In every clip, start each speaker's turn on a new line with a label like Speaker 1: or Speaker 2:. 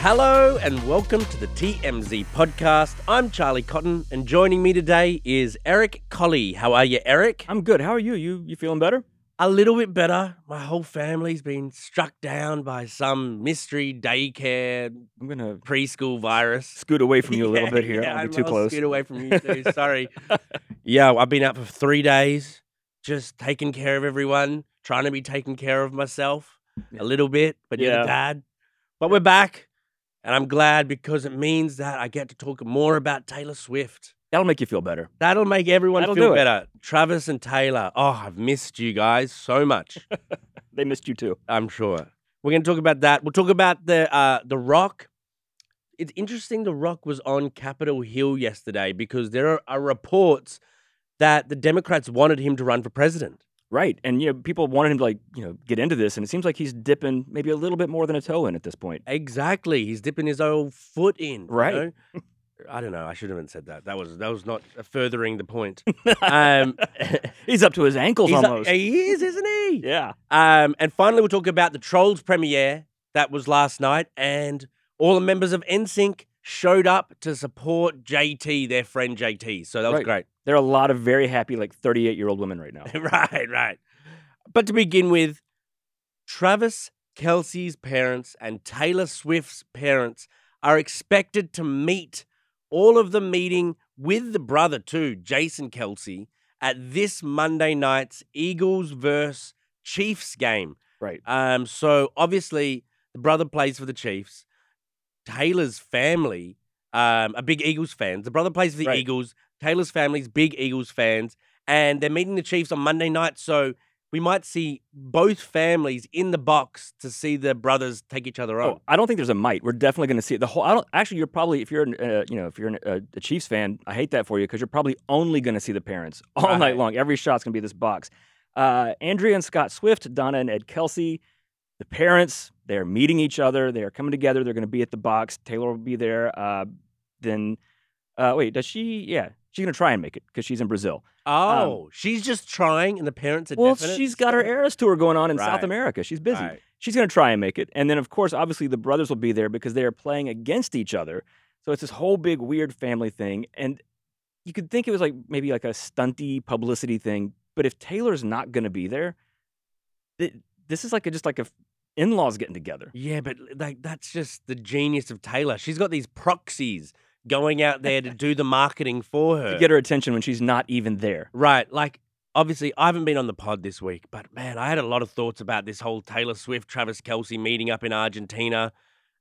Speaker 1: Hello and welcome to the TMZ podcast. I'm Charlie Cotton, and joining me today is Eric Colley. How are you, Eric?
Speaker 2: I'm good. How are you? You you feeling better?
Speaker 1: A little bit better. My whole family's been struck down by some mystery daycare
Speaker 2: I'm gonna
Speaker 1: preschool virus.
Speaker 2: scoot away from you a little
Speaker 1: Yeah,
Speaker 2: bit here.
Speaker 1: yeah,
Speaker 2: I'll be
Speaker 1: I-
Speaker 2: too
Speaker 1: I'll
Speaker 2: close.
Speaker 1: Scoot away from you too. Sorry. yeah, I've been out for three days, just taking care of everyone, trying to be taking care of myself a little bit, but you're
Speaker 2: Yeah.
Speaker 1: the dad. But we're back, and I'm glad because it means that I get to talk more about Taylor Swift.
Speaker 2: That'll make you feel better.
Speaker 1: That'll make everyone
Speaker 2: That'll do
Speaker 1: feel
Speaker 2: it.
Speaker 1: better. Travis and Taylor. Oh, I've missed you guys so much.
Speaker 2: They missed you too.
Speaker 1: I'm sure. We're going to talk about that. We'll talk about the uh, the Rock. It's interesting. The Rock was on Capitol Hill yesterday because there are, are reports that the Democrats wanted him to run for president.
Speaker 2: Right. And you know, people wanted him to like, you know, get into this and it seems like he's dipping maybe a little bit more than a toe in at this point.
Speaker 1: Exactly. He's dipping his own foot in. you
Speaker 2: Right.
Speaker 1: know? I don't know. I should haven't said that. That was that was not furthering the point. Um,
Speaker 2: He's up to his ankles
Speaker 1: he's a-
Speaker 2: almost.
Speaker 1: he is, isn't he?
Speaker 2: yeah.
Speaker 1: Um, and finally, we'll talk about the Trolls premiere that was last night, and all the members of NSYNC showed up to support JT, their friend JT. So that was
Speaker 2: There are a lot of very happy, like 38 year old women right now.
Speaker 1: great. right, right. But to begin with, Travis Kelsey's parents and Taylor Swift's parents are expected to meet all of the meeting with the brother too, Jason Kelsey, at this Monday night's Eagles versus Chiefs game.
Speaker 2: Right.
Speaker 1: Um, so obviously the brother plays for the Chiefs. Taylor's family um, are big Eagles fans. The brother plays for the
Speaker 2: Right.
Speaker 1: Eagles. Taylor's family's big Eagles fans, and they're meeting the Chiefs on Monday night. So we might see both families in the box to see the brothers take each other on.
Speaker 2: Oh, I don't think there's a might. We're definitely going to see it. The whole. I don't. Actually, you're probably if you're an, uh, you know if you're an, uh, a Chiefs fan, I hate that for you because you're probably only going to see the parents all
Speaker 1: Right.
Speaker 2: night long. Every shot's going to be this box. Uh, Andrea and Scott Swift, Donna and Ed Kelsey, the parents. They are meeting each other. They are coming together. They're going to be at the box. Taylor will be there. Uh, then, uh, wait, does she? Yeah, she's going to try and make it because she's in Brazil.
Speaker 1: Oh, she's just trying, and the parents are
Speaker 2: um, well,
Speaker 1: definite?
Speaker 2: she's got her Eras tour going on in South
Speaker 1: Right.
Speaker 2: America. She's busy
Speaker 1: Right.
Speaker 2: she's going to try and make it. And then, of course, obviously the brothers will be there because they are playing against each other. So it's this whole big weird family thing. And you could think it was like maybe like a stunty publicity thing. But if Taylor's not going to be there, th- this is like a, just like a f- in-laws getting together.
Speaker 1: Yeah, but like that's just the genius of Taylor. She's got these proxies going out there to do the marketing for her.
Speaker 2: To get her attention when she's not even there.
Speaker 1: Right. Like, obviously, I haven't been on the pod this week, but man, I had a lot of thoughts about this whole Taylor Swift, Travis Kelsey meeting up in Argentina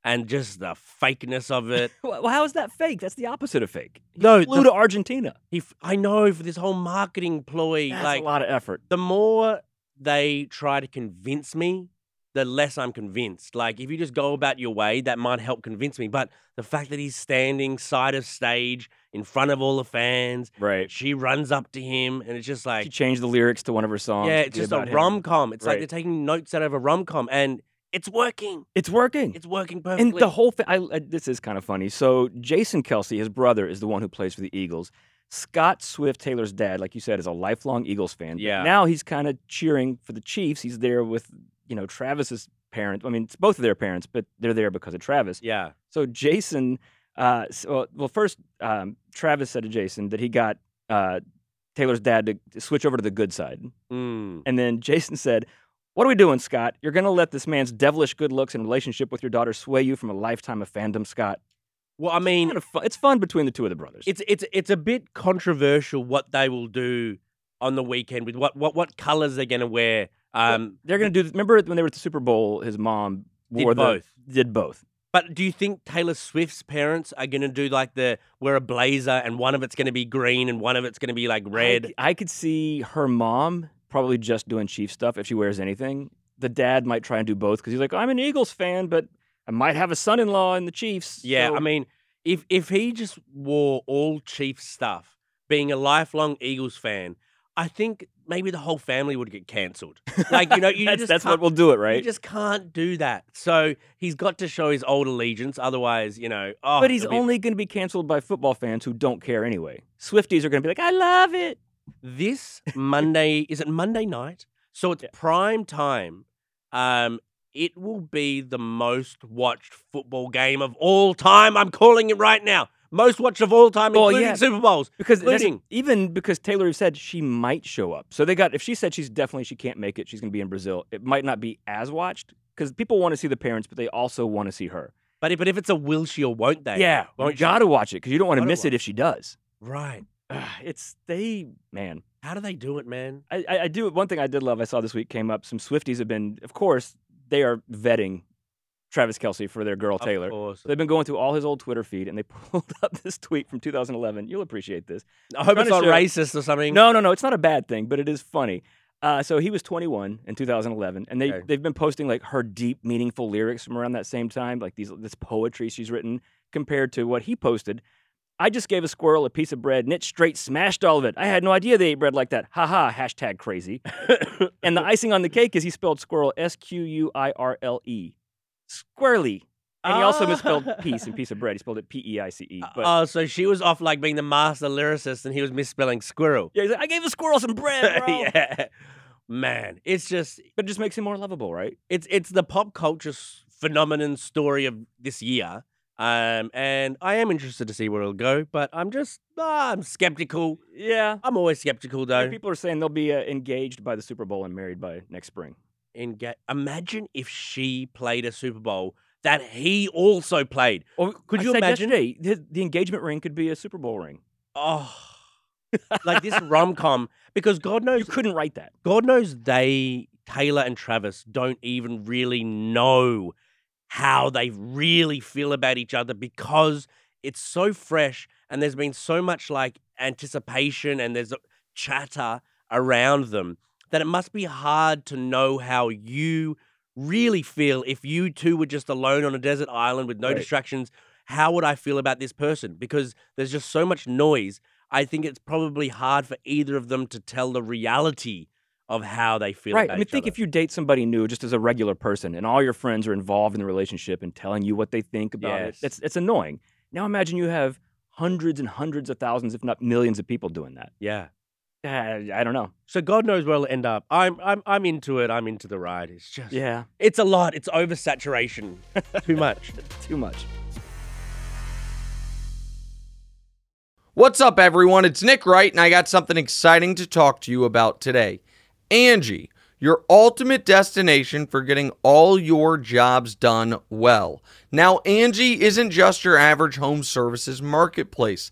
Speaker 1: and just the fakeness of it.
Speaker 2: Well, how is that fake? That's the opposite of fake.
Speaker 1: no,
Speaker 2: Flew
Speaker 1: the,
Speaker 2: to Argentina.
Speaker 1: he, f- I know for this whole marketing ploy,
Speaker 2: That's
Speaker 1: like,
Speaker 2: a lot of effort.
Speaker 1: the more they try to convince me, the less I'm convinced. Like, if you just go about your way, that might help convince me. But the fact that he's standing side of stage in front of all the fans,
Speaker 2: Right.
Speaker 1: she runs up to him, and it's just like,
Speaker 2: She changed the lyrics to one of her songs.
Speaker 1: Yeah,
Speaker 2: to
Speaker 1: it's
Speaker 2: be
Speaker 1: just a
Speaker 2: about him.
Speaker 1: rom com. It's like
Speaker 2: Right.
Speaker 1: they're taking notes out of a rom com, and it's working.
Speaker 2: It's working.
Speaker 1: It's working
Speaker 2: Mm. And
Speaker 1: perfectly.
Speaker 2: the whole fa- I, I, this is kind of funny. So Jason Kelsey, his brother, is the one who plays for the Eagles. Scott Swift, Taylor's dad, like you said, is a lifelong Eagles fan. but
Speaker 1: Yeah.
Speaker 2: Now he's kind of cheering for the Chiefs. He's there with you know Travis's parents. I mean, it's both of their parents, but they're there because of Travis.
Speaker 1: yeah,
Speaker 2: So Jason, uh, s- well, well, first um, Travis said to Jason that he got uh, Taylor's dad to- to switch over to the good side.
Speaker 1: Mm.
Speaker 2: And then Jason said, What are we doing, Scott? You're going to let this man's devilish good looks and relationship with your daughter sway you from a lifetime of fandom, Scott?
Speaker 1: Well, I mean,
Speaker 2: Kind of fun. It's fun between the two of the brothers.
Speaker 1: it's it's it's a bit controversial what they will do on the weekend with what what what colors they're gonna wear. Um,
Speaker 2: They're going to do, remember when they were at the Super Bowl, his mom
Speaker 1: Did
Speaker 2: wore the-
Speaker 1: both.
Speaker 2: did both.
Speaker 1: but do you think Taylor Swift's parents are gonna do like the wear a blazer and one of it's gonna be green and one of it's gonna be like
Speaker 2: I,
Speaker 1: red?
Speaker 2: c- I could see her mom probably just doing Chief stuff if she wears anything. The dad might try and do both because he's like, I'm an Eagles fan, but I might have a son in law in the Chiefs.
Speaker 1: yeah,
Speaker 2: so
Speaker 1: I mean, if if he just wore all Chiefs stuff, being a lifelong Eagles fan, I think maybe the whole family would get cancelled. Like, you know, you
Speaker 2: that's,
Speaker 1: just
Speaker 2: that's
Speaker 1: can't-
Speaker 2: what will do it,
Speaker 1: You
Speaker 2: right?
Speaker 1: just can't do that. So he's got to show his old allegiance. Otherwise, you know. Oh,
Speaker 2: but he's
Speaker 1: it'll be-
Speaker 2: only going to be canceled by football fans who don't care anyway. Swifties are going to be like, I love it.
Speaker 1: this Monday. is it Monday night? So it's
Speaker 2: Yeah.
Speaker 1: prime time. Um, it will be the most watched football game of all time. I'm calling it right now. Most watched of all time,
Speaker 2: Well,
Speaker 1: including
Speaker 2: yeah.
Speaker 1: Super Bowls.
Speaker 2: Because that's-
Speaker 1: Including-
Speaker 2: even because Taylor said she might show up. So they got, if she said she's definitely, she can't make it, she's going to be in Brazil, it might not be as watched because people want to see the parents, but they also want to see her.
Speaker 1: But if, but if it's a will she or won't they?
Speaker 2: yeah.
Speaker 1: won't
Speaker 2: You
Speaker 1: she?
Speaker 2: got to watch it because you don't want to
Speaker 1: Gotta
Speaker 2: miss
Speaker 1: watch
Speaker 2: it if she does.
Speaker 1: Right.
Speaker 2: Ugh, It's, they, man.
Speaker 1: How do they do it, man?
Speaker 2: I, I I do one thing I did love I saw this week came up. Some Swifties have been, of course, they are vetting Travis Kelsey for their girl Taylor.
Speaker 1: Of course.
Speaker 2: So they've been going through all his old Twitter feed and they pulled up this tweet from 2011. You'll appreciate this.
Speaker 1: I hope
Speaker 2: trying
Speaker 1: it's
Speaker 2: to
Speaker 1: not
Speaker 2: show-
Speaker 1: racist or something.
Speaker 2: No, no, no. It's not a bad thing, but it is funny. Uh, so he was 21 in 2011, and they
Speaker 1: Okay.
Speaker 2: they've been posting like her deep, meaningful lyrics from around that same time, like these this poetry she's written compared to what he posted. I just gave a squirrel a piece of bread and it straight smashed all of it. I had no idea they ate bread like that. Ha ha, hashtag crazy. and the icing on the cake is he spelled squirrel S Q U I R L E. Squirrely. And he also
Speaker 1: Ah.
Speaker 2: misspelled piece and piece of bread. He spelled it P E I C E. But
Speaker 1: oh, so she was off like being the master lyricist and he was misspelling squirrel.
Speaker 2: yeah, he's like, I gave a squirrel some bread, bro.
Speaker 1: yeah. Man, it's just
Speaker 2: But it just makes him more lovable, right?
Speaker 1: it's it's the pop culture s- phenomenon story of this year. Um, and I am interested to see where it'll go, but I'm just ah, I'm skeptical.
Speaker 2: Yeah.
Speaker 1: I'm always skeptical
Speaker 2: Yeah,
Speaker 1: though.
Speaker 2: People are saying they'll be uh, engaged by the Super Bowl and married by next spring.
Speaker 1: In ga- imagine if she played a Super Bowl that he also played.
Speaker 2: Or
Speaker 1: could
Speaker 2: I
Speaker 1: you
Speaker 2: said
Speaker 1: imagine-
Speaker 2: yesterday, the, the engagement ring could be a Super Bowl ring?
Speaker 1: Oh, like this rom com because God knows
Speaker 2: You couldn't write that.
Speaker 1: God knows they, Taylor and Travis, don't even really know how they really feel about each other because it's so fresh and there's been so much like anticipation and there's a chatter around them that it must be hard to know how you really feel if you two were just alone on a desert island with no
Speaker 2: Right.
Speaker 1: distractions. How would I feel about this person? Because there's just so much noise. I think it's probably hard for either of them to tell the reality of how they feel.
Speaker 2: right.
Speaker 1: about
Speaker 2: I mean,
Speaker 1: each
Speaker 2: think
Speaker 1: other.
Speaker 2: if you date somebody new just as a regular person and all your friends are involved in the relationship and telling you what they think about
Speaker 1: Yes.
Speaker 2: it. It's, it's annoying. Now imagine you have hundreds and hundreds of thousands, if not millions of people doing that.
Speaker 1: yeah.
Speaker 2: Uh, I don't know.
Speaker 1: So God knows where it'll end up. I'm, I'm, I'm into it. I'm into the ride. It's just,
Speaker 2: Yeah.
Speaker 1: it's a lot. It's oversaturation. Too much.
Speaker 2: Too much.
Speaker 3: What's up, everyone? It's Nick Wright, and I got something exciting to talk to you about today. Angie, your ultimate destination for getting all your jobs done well. Now, Angie isn't just your average home services marketplace,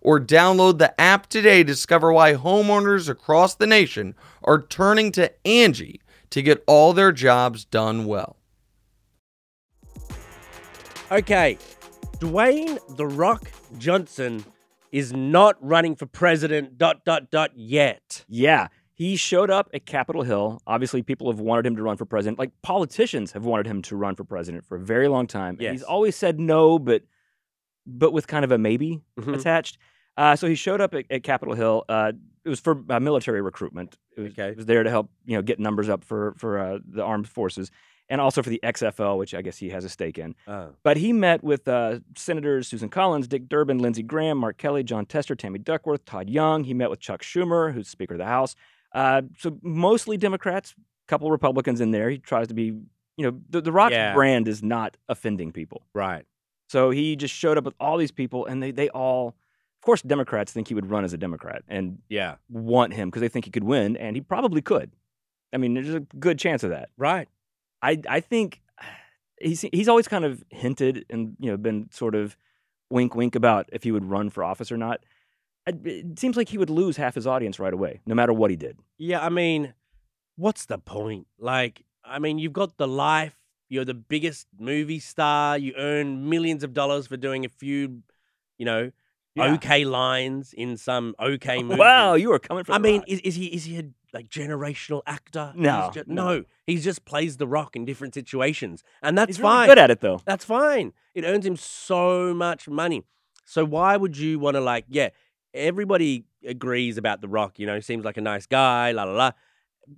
Speaker 3: or download the app today to discover why homeowners across the nation are turning to Angie to get all their jobs done well.
Speaker 1: Okay, Dwayne The Rock Johnson is not running for president, dot, dot, dot, yet.
Speaker 2: Yeah. He showed up at Capitol Hill. Obviously, people have wanted him to run for president. Like politicians have wanted him to run for president for a very long time. And
Speaker 1: Yes.
Speaker 2: he's always said no, but but with kind of a maybe
Speaker 1: Mhm.
Speaker 2: attached. Uh, so he showed up at, at Capitol Hill. Uh, it was for uh, military recruitment. It was,
Speaker 1: Okay.
Speaker 2: it was there to help you know get numbers up for for uh, the armed forces and also for the XFL, which I guess he has a stake in.
Speaker 1: Oh.
Speaker 2: But he met with uh, Senators Susan Collins, Dick Durbin, Lindsey Graham, Mark Kelly, John Tester, Tammy Duckworth, Todd Young. He met with Chuck Schumer, who's Speaker of the House. Uh, so mostly Democrats, couple Republicans in there. He tries to be, you know, the, the Rock's
Speaker 1: Yeah.
Speaker 2: brand is not offending people.
Speaker 1: Right.
Speaker 2: So he just showed up with all these people, and they they all, of course, Democrats think he would run as a Democrat and
Speaker 1: Yeah.
Speaker 2: want him because they think he could win, and he probably could. I mean, there's a good chance of that.
Speaker 1: Right.
Speaker 2: I I think he's he's always kind of hinted and you know been sort of wink wink about if he would run for office or not. It- It seems like he would lose half his audience right away, no matter what he did.
Speaker 1: Yeah. I mean, what's the point? Like, I mean, you've got the life. You're the biggest movie star. You earn millions of dollars for doing a few, you know, okay lines in some okay movie.
Speaker 2: Wow, you are coming from.
Speaker 1: Oh, I
Speaker 2: the
Speaker 1: mean,
Speaker 2: right.
Speaker 1: is, is he is he a like generational actor? He's
Speaker 2: No,
Speaker 1: ju-
Speaker 2: no.
Speaker 1: no. He just plays the rock in different situations, and that's
Speaker 2: he's
Speaker 1: fine.
Speaker 2: really good at it though.
Speaker 1: That's fine. It earns him so much money. So why would you want to like, yeah, everybody agrees about The Rock, you know, seems like a nice guy, la la la.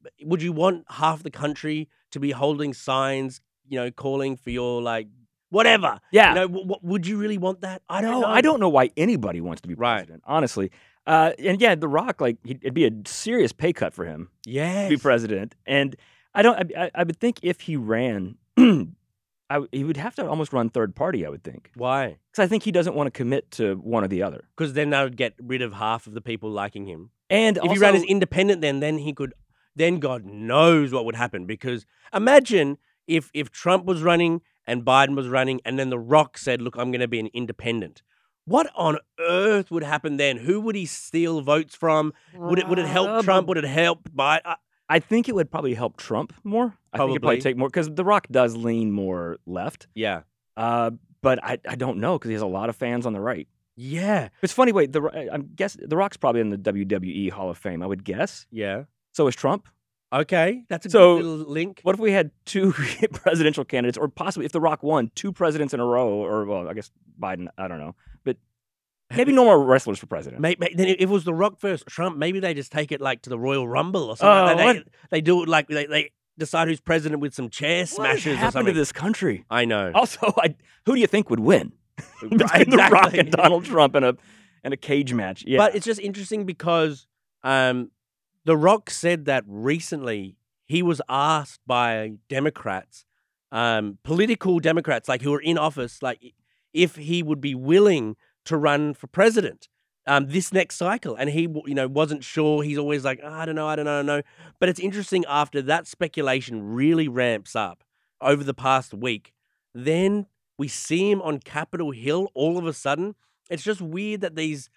Speaker 1: But Would you want half the country to be holding signs, you know, calling for your like whatever?
Speaker 2: Yeah.
Speaker 1: You know, w- w- would you really want that? I don't
Speaker 2: No,
Speaker 1: know.
Speaker 2: I don't know why anybody wants to be
Speaker 1: Right.
Speaker 2: president, honestly. Uh, and yeah, The Rock, like, he'd, it'd be a serious pay cut for him
Speaker 1: Yes.
Speaker 2: to be president. And I don't, I, I- I would think if he ran, I, w- he would have to almost run third party, I would think.
Speaker 1: Why?
Speaker 2: Because I think he doesn't want to commit to one or the other.
Speaker 1: Because then that would get rid of half of the people liking him.
Speaker 2: And
Speaker 1: if
Speaker 2: also,
Speaker 1: he ran as independent, then then he could. Then God knows what would happen because imagine if if Trump was running and Biden was running, and then The Rock said, "Look, I'm going to be an independent." What on earth would happen then? Who would he steal votes from? Would it would it help
Speaker 2: Probably-
Speaker 1: Trump? Would it help uh, Biden? I,
Speaker 2: I think it would probably help Trump more. I think it'd
Speaker 1: Probably.
Speaker 2: probably take more, because The Rock does lean more left.
Speaker 1: yeah,
Speaker 2: Uh, but I, I don't know, because he has a lot of fans on the right.
Speaker 1: yeah,
Speaker 2: It's funny. Wait, the I guess The Rock's probably in the WWE Hall of Fame. I would guess.
Speaker 1: yeah.
Speaker 2: So is Trump.
Speaker 1: Okay, that's a
Speaker 2: So-
Speaker 1: good little link.
Speaker 2: What if we had two presidential candidates, or possibly if The Rock won two presidents in a row, or well, I guess Biden. I don't know, but maybe no more wrestlers for president.
Speaker 1: May may- then if it was The Rock versus Trump, maybe they just take it like to the Royal Rumble or something.
Speaker 2: Oh,
Speaker 1: like that. They, they do it like they, they decide who's president with some chair smashes
Speaker 2: what
Speaker 1: or
Speaker 2: happened
Speaker 1: something.
Speaker 2: to this country?
Speaker 1: I know.
Speaker 2: Also, I, who do you think would win between
Speaker 1: Right,
Speaker 2: Oh, The Rock
Speaker 1: exactly.
Speaker 2: and Donald Trump in a in a cage match? Yeah,
Speaker 1: But it's just interesting because um, The Rock said that recently he was asked by Democrats, um, political Democrats, like who are in office, like if he would be willing to run for president um, this next cycle, and he, w- you know, wasn't sure. He's always like, "Ah, I don't know, I don't know, I don't know. But it's interesting after that speculation really ramps up over the past week, then we see him on Capitol Hill all of a sudden. It's just weird that these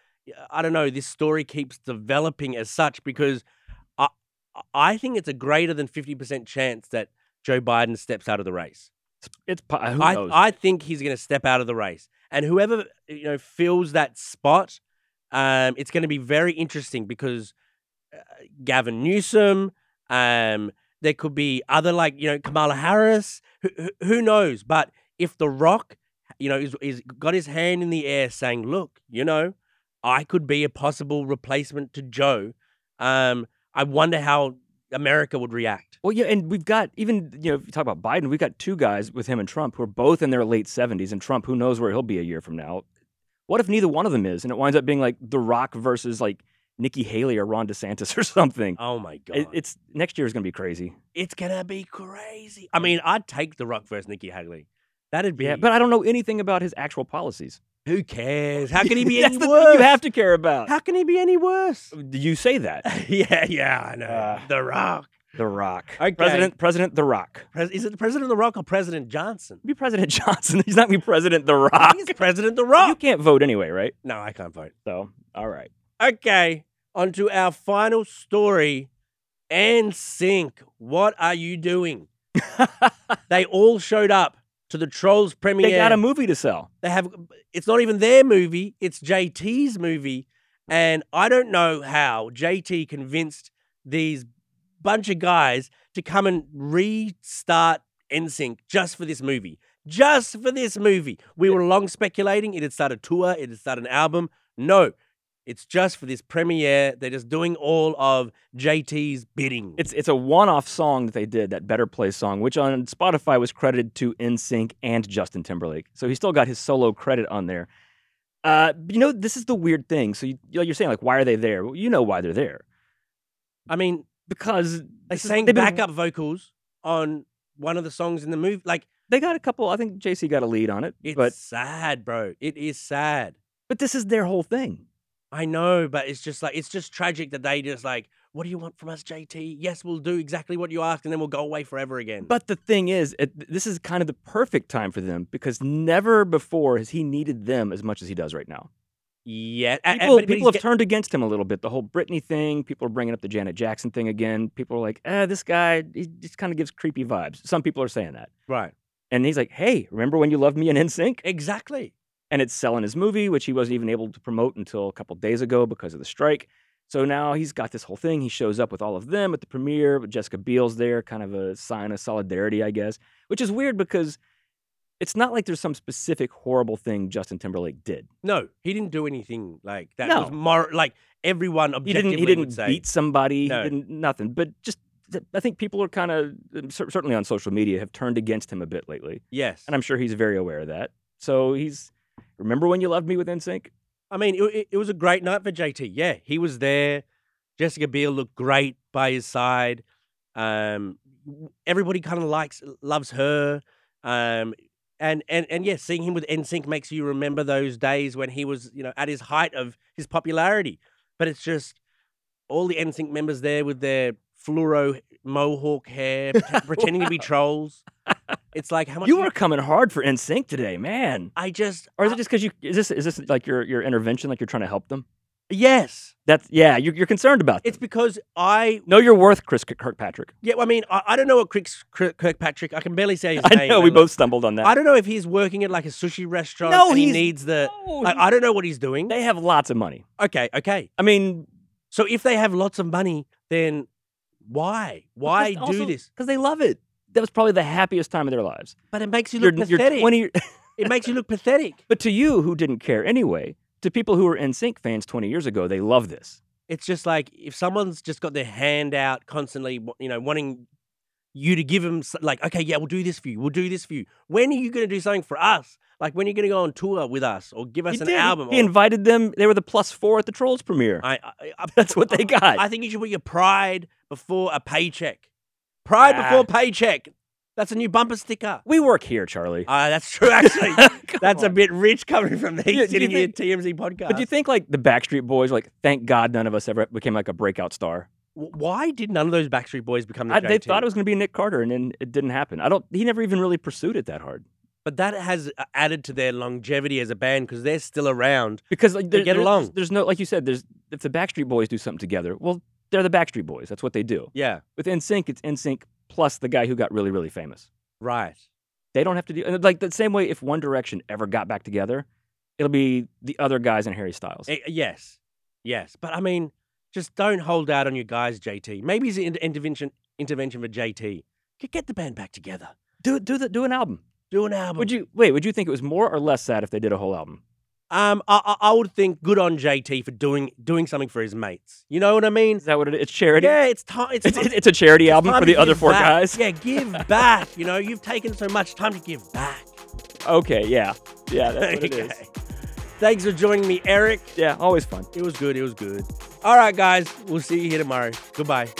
Speaker 1: I don't know, this story keeps developing as such because I, I think it's a greater than 50% chance that Joe Biden steps out of the race.
Speaker 2: it's po- who
Speaker 1: I,
Speaker 2: knows?
Speaker 1: I think he's going to step out of the race. And whoever, you know, fills that spot, um, it's going to be very interesting because uh, Gavin Newsom, um, there could be other like, you know, Kamala Harris, who, who, who knows? But if The Rock, you know, is, is got his hand in the air saying, look, you know, I could be a possible replacement to Joe, um, I wonder how America would react.
Speaker 2: Well, yeah, and we've got even you know if you talk about Biden, we've got two guys with him and Trump who are both in their late seventies, and Trump, who knows where he'll be a year from now? What if neither one of them is, and it winds up being like The Rock versus like Nikki Haley or Ron DeSantis or something?
Speaker 1: Oh my God.
Speaker 2: It, it's next year is going to be crazy.
Speaker 1: It's gonna be crazy. I mean, I'd take The Rock versus Nikki Haley. That'd be.
Speaker 2: Yeah, but I don't know anything about his actual policies.
Speaker 1: who cares? How can he be
Speaker 2: That's
Speaker 1: any
Speaker 2: the
Speaker 1: worse?
Speaker 2: Thing you have to care about.
Speaker 1: How can he be any worse?
Speaker 2: you say that?
Speaker 1: yeah, yeah, I know.
Speaker 2: Uh,
Speaker 1: the Rock.
Speaker 2: The Rock,
Speaker 1: Okay.
Speaker 2: President, President The Rock.
Speaker 1: Pres- is it President The Rock or President Johnson?
Speaker 2: Be President Johnson. He's not gonna be President The Rock. Oh!
Speaker 1: He's President The
Speaker 2: You
Speaker 1: Rock.
Speaker 2: can't vote anyway, right?
Speaker 1: No, I can't vote.
Speaker 2: So, all right.
Speaker 1: Okay, on to our final story. And Sync, what are you doing? they all showed up to the Trolls premiere.
Speaker 2: They got a movie to sell.
Speaker 1: They have it's not even their movie, it's JT's movie. And I don't know how JT convinced these bunch of guys to come and restart NSYNC just for this movie. Just for this movie. We were long speculating it had started a tour, it had started an album. No, it's just for this premiere. They're just doing all of JT's bidding.
Speaker 2: It's it's a one-off song that they did, that Better Play song, which on Spotify was credited to NSYNC and Justin Timberlake. So he still got his solo credit on there. Uh, but you know, this is the weird thing. So you, you know, you're saying like, why are they there? Well, you know why they're there.
Speaker 1: I mean,
Speaker 2: because
Speaker 1: they sang
Speaker 2: they've been-
Speaker 1: backup vocals on one of the songs in the movie. Like,
Speaker 2: they got a couple. I think JC got a lead on it,
Speaker 1: it's
Speaker 2: but
Speaker 1: sad, bro. It is sad.
Speaker 2: but this is their whole thing.
Speaker 1: I know, but it's just like it's just tragic that they just like, what do you want from us, JT? Yes, we'll do exactly what you asked, and then we'll go away forever again.
Speaker 2: But the thing is, it, this is kind of the perfect time for them because never before has he needed them as much as he does right now.
Speaker 1: yeah, a- a-
Speaker 2: People,
Speaker 1: but- but
Speaker 2: people have
Speaker 1: he's get-
Speaker 2: turned against him a little bit. The whole Britney thing. People are bringing up the Janet Jackson thing again. People are like, "Ah, this guy, he just kind of gives creepy vibes." Some people are saying that,
Speaker 1: right. And
Speaker 2: and he's like, "Hey, remember when you loved me in NSYNC?"
Speaker 1: exactly.
Speaker 2: and it's selling his movie, which he wasn't even able to promote until a couple days ago because of the strike. So now he's got this whole thing. He shows up with all of them at the premiere, but Jessica Biel's there, kind of a sign of solidarity, I guess, which is weird because it's not like there's some specific horrible thing Justin Timberlake did.
Speaker 1: No, he didn't do anything like that. was
Speaker 2: No.
Speaker 1: more like everyone
Speaker 2: He
Speaker 1: objectively
Speaker 2: didn't. He didn't
Speaker 1: would say
Speaker 2: beat somebody.
Speaker 1: No.
Speaker 2: He didn't nothing. But just, th- I think people are kind of cer- certainly on social media have turned against him a bit lately,
Speaker 1: yes.
Speaker 2: and I'm sure he's very aware of that. So he's remember when you loved me with NSYNC?
Speaker 1: I mean, it, it, it was a great night for JT. Yeah, he was there. Jessica Biel looked great by his side. Um, w- everybody kind of likes, loves her. Um, and and and yeah, seeing him with NSYNC makes you remember those days when he was, you know, at his height of his popularity. But it's just all the NSYNC members there with their fluoro mohawk hair, pret- pretending to be trolls. It's like how much
Speaker 2: You are coming hard for NSYNC today, man.
Speaker 1: I just
Speaker 2: Or is it just because you? Is this is this like your your intervention? Like you're trying to help them?
Speaker 1: yes.
Speaker 2: That's yeah. You're, you're concerned about. Them.
Speaker 1: It's because I
Speaker 2: know your worth, Chris Kirk- Kirkpatrick.
Speaker 1: Yeah, well, I mean, I, I don't know what Kirk, Kirkpatrick. I can barely say his
Speaker 2: I
Speaker 1: name.
Speaker 2: know we
Speaker 1: man, like-
Speaker 2: both stumbled on that.
Speaker 1: I don't know if he's working at like a sushi restaurant.
Speaker 2: No,
Speaker 1: and he
Speaker 2: he's-
Speaker 1: needs the.
Speaker 2: No,
Speaker 1: like,
Speaker 2: he-
Speaker 1: I don't know what he's doing.
Speaker 2: they have lots of money.
Speaker 1: Okay, okay.
Speaker 2: I mean,
Speaker 1: So if they have lots of money, then why? Why do this?
Speaker 2: Because they love it. That was probably the happiest time of their lives.
Speaker 1: But it makes you
Speaker 2: You're,
Speaker 1: look
Speaker 2: you're
Speaker 1: pathetic.
Speaker 2: 20.
Speaker 1: It makes you look pathetic.
Speaker 2: But to you, who didn't care anyway, to people who were NSYNC fans 20 years ago, they love this.
Speaker 1: It's just like if someone's just got their hand out constantly, wa- you know, wanting you to give them like, okay, yeah, we'll do this for you. We'll do this for you. When are you going to do something for us? Like when are you going to go on tour with us or give us
Speaker 2: He
Speaker 1: an
Speaker 2: did.
Speaker 1: album?
Speaker 2: He
Speaker 1: or-
Speaker 2: invited them. They were the plus four at the Trolls premiere.
Speaker 1: I, I, I
Speaker 2: That's what they got.
Speaker 1: I think you should put your pride before a paycheck. Pride before paycheck. That's a new bumper sticker.
Speaker 2: we work here, Charlie.
Speaker 1: Uh, that's true, actually.
Speaker 2: Come
Speaker 1: that's a
Speaker 2: on.
Speaker 1: bit rich coming from me
Speaker 2: Yeah, do you
Speaker 1: sitting here at TMZ podcast.
Speaker 2: But do you think like the Backstreet Boys, were like, thank God none of us ever became like a breakout star?
Speaker 1: W- Why did none of those Backstreet Boys become the
Speaker 2: I, they
Speaker 1: JT?
Speaker 2: thought it was going to be Nick Carter, and then it didn't happen. I don't. He never even really pursued it that hard
Speaker 1: But that has uh, added to their longevity as a band because they're still around.
Speaker 2: because like
Speaker 1: They
Speaker 2: there-
Speaker 1: get
Speaker 2: there's-
Speaker 1: along.
Speaker 2: There's no like you said. There's if the Backstreet Boys do something together, well, they're the Backstreet Boys. That's what they do.
Speaker 1: Yeah,
Speaker 2: With NSYNC, it's NSYNC plus the guy who got really really famous.
Speaker 1: right.
Speaker 2: They don't have to do and, like the same way. If One Direction ever got back together, it'll be the other guys and Harry Styles.
Speaker 1: Eh, yes, yes. But I mean, just don't hold out on your guys, JT. Maybe it's an in- intervention intervention for JT. Get- Get the band back together.
Speaker 2: do do the, do an album.
Speaker 1: Do an album.
Speaker 2: Would you wait? Would you think it was more or less sad if they did a whole album?
Speaker 1: Um, I, I I would think good on JT for doing doing something for his mates. You know what I mean?
Speaker 2: Is that what it is? It's charity.
Speaker 1: Yeah, it's time. It's,
Speaker 2: It's,
Speaker 1: ti-
Speaker 2: it's a charity
Speaker 1: it's
Speaker 2: album
Speaker 1: time
Speaker 2: for
Speaker 1: to
Speaker 2: the other
Speaker 1: give
Speaker 2: four
Speaker 1: back.
Speaker 2: guys.
Speaker 1: Yeah, give back. You know, you've taken so much time to give back.
Speaker 2: Okay. Yeah. Yeah. That's what it is.
Speaker 1: Okay. Thanks for joining me, Eric.
Speaker 2: Yeah. Always fun.
Speaker 1: It was good. It was good. All right, guys. We'll see you here tomorrow. Goodbye.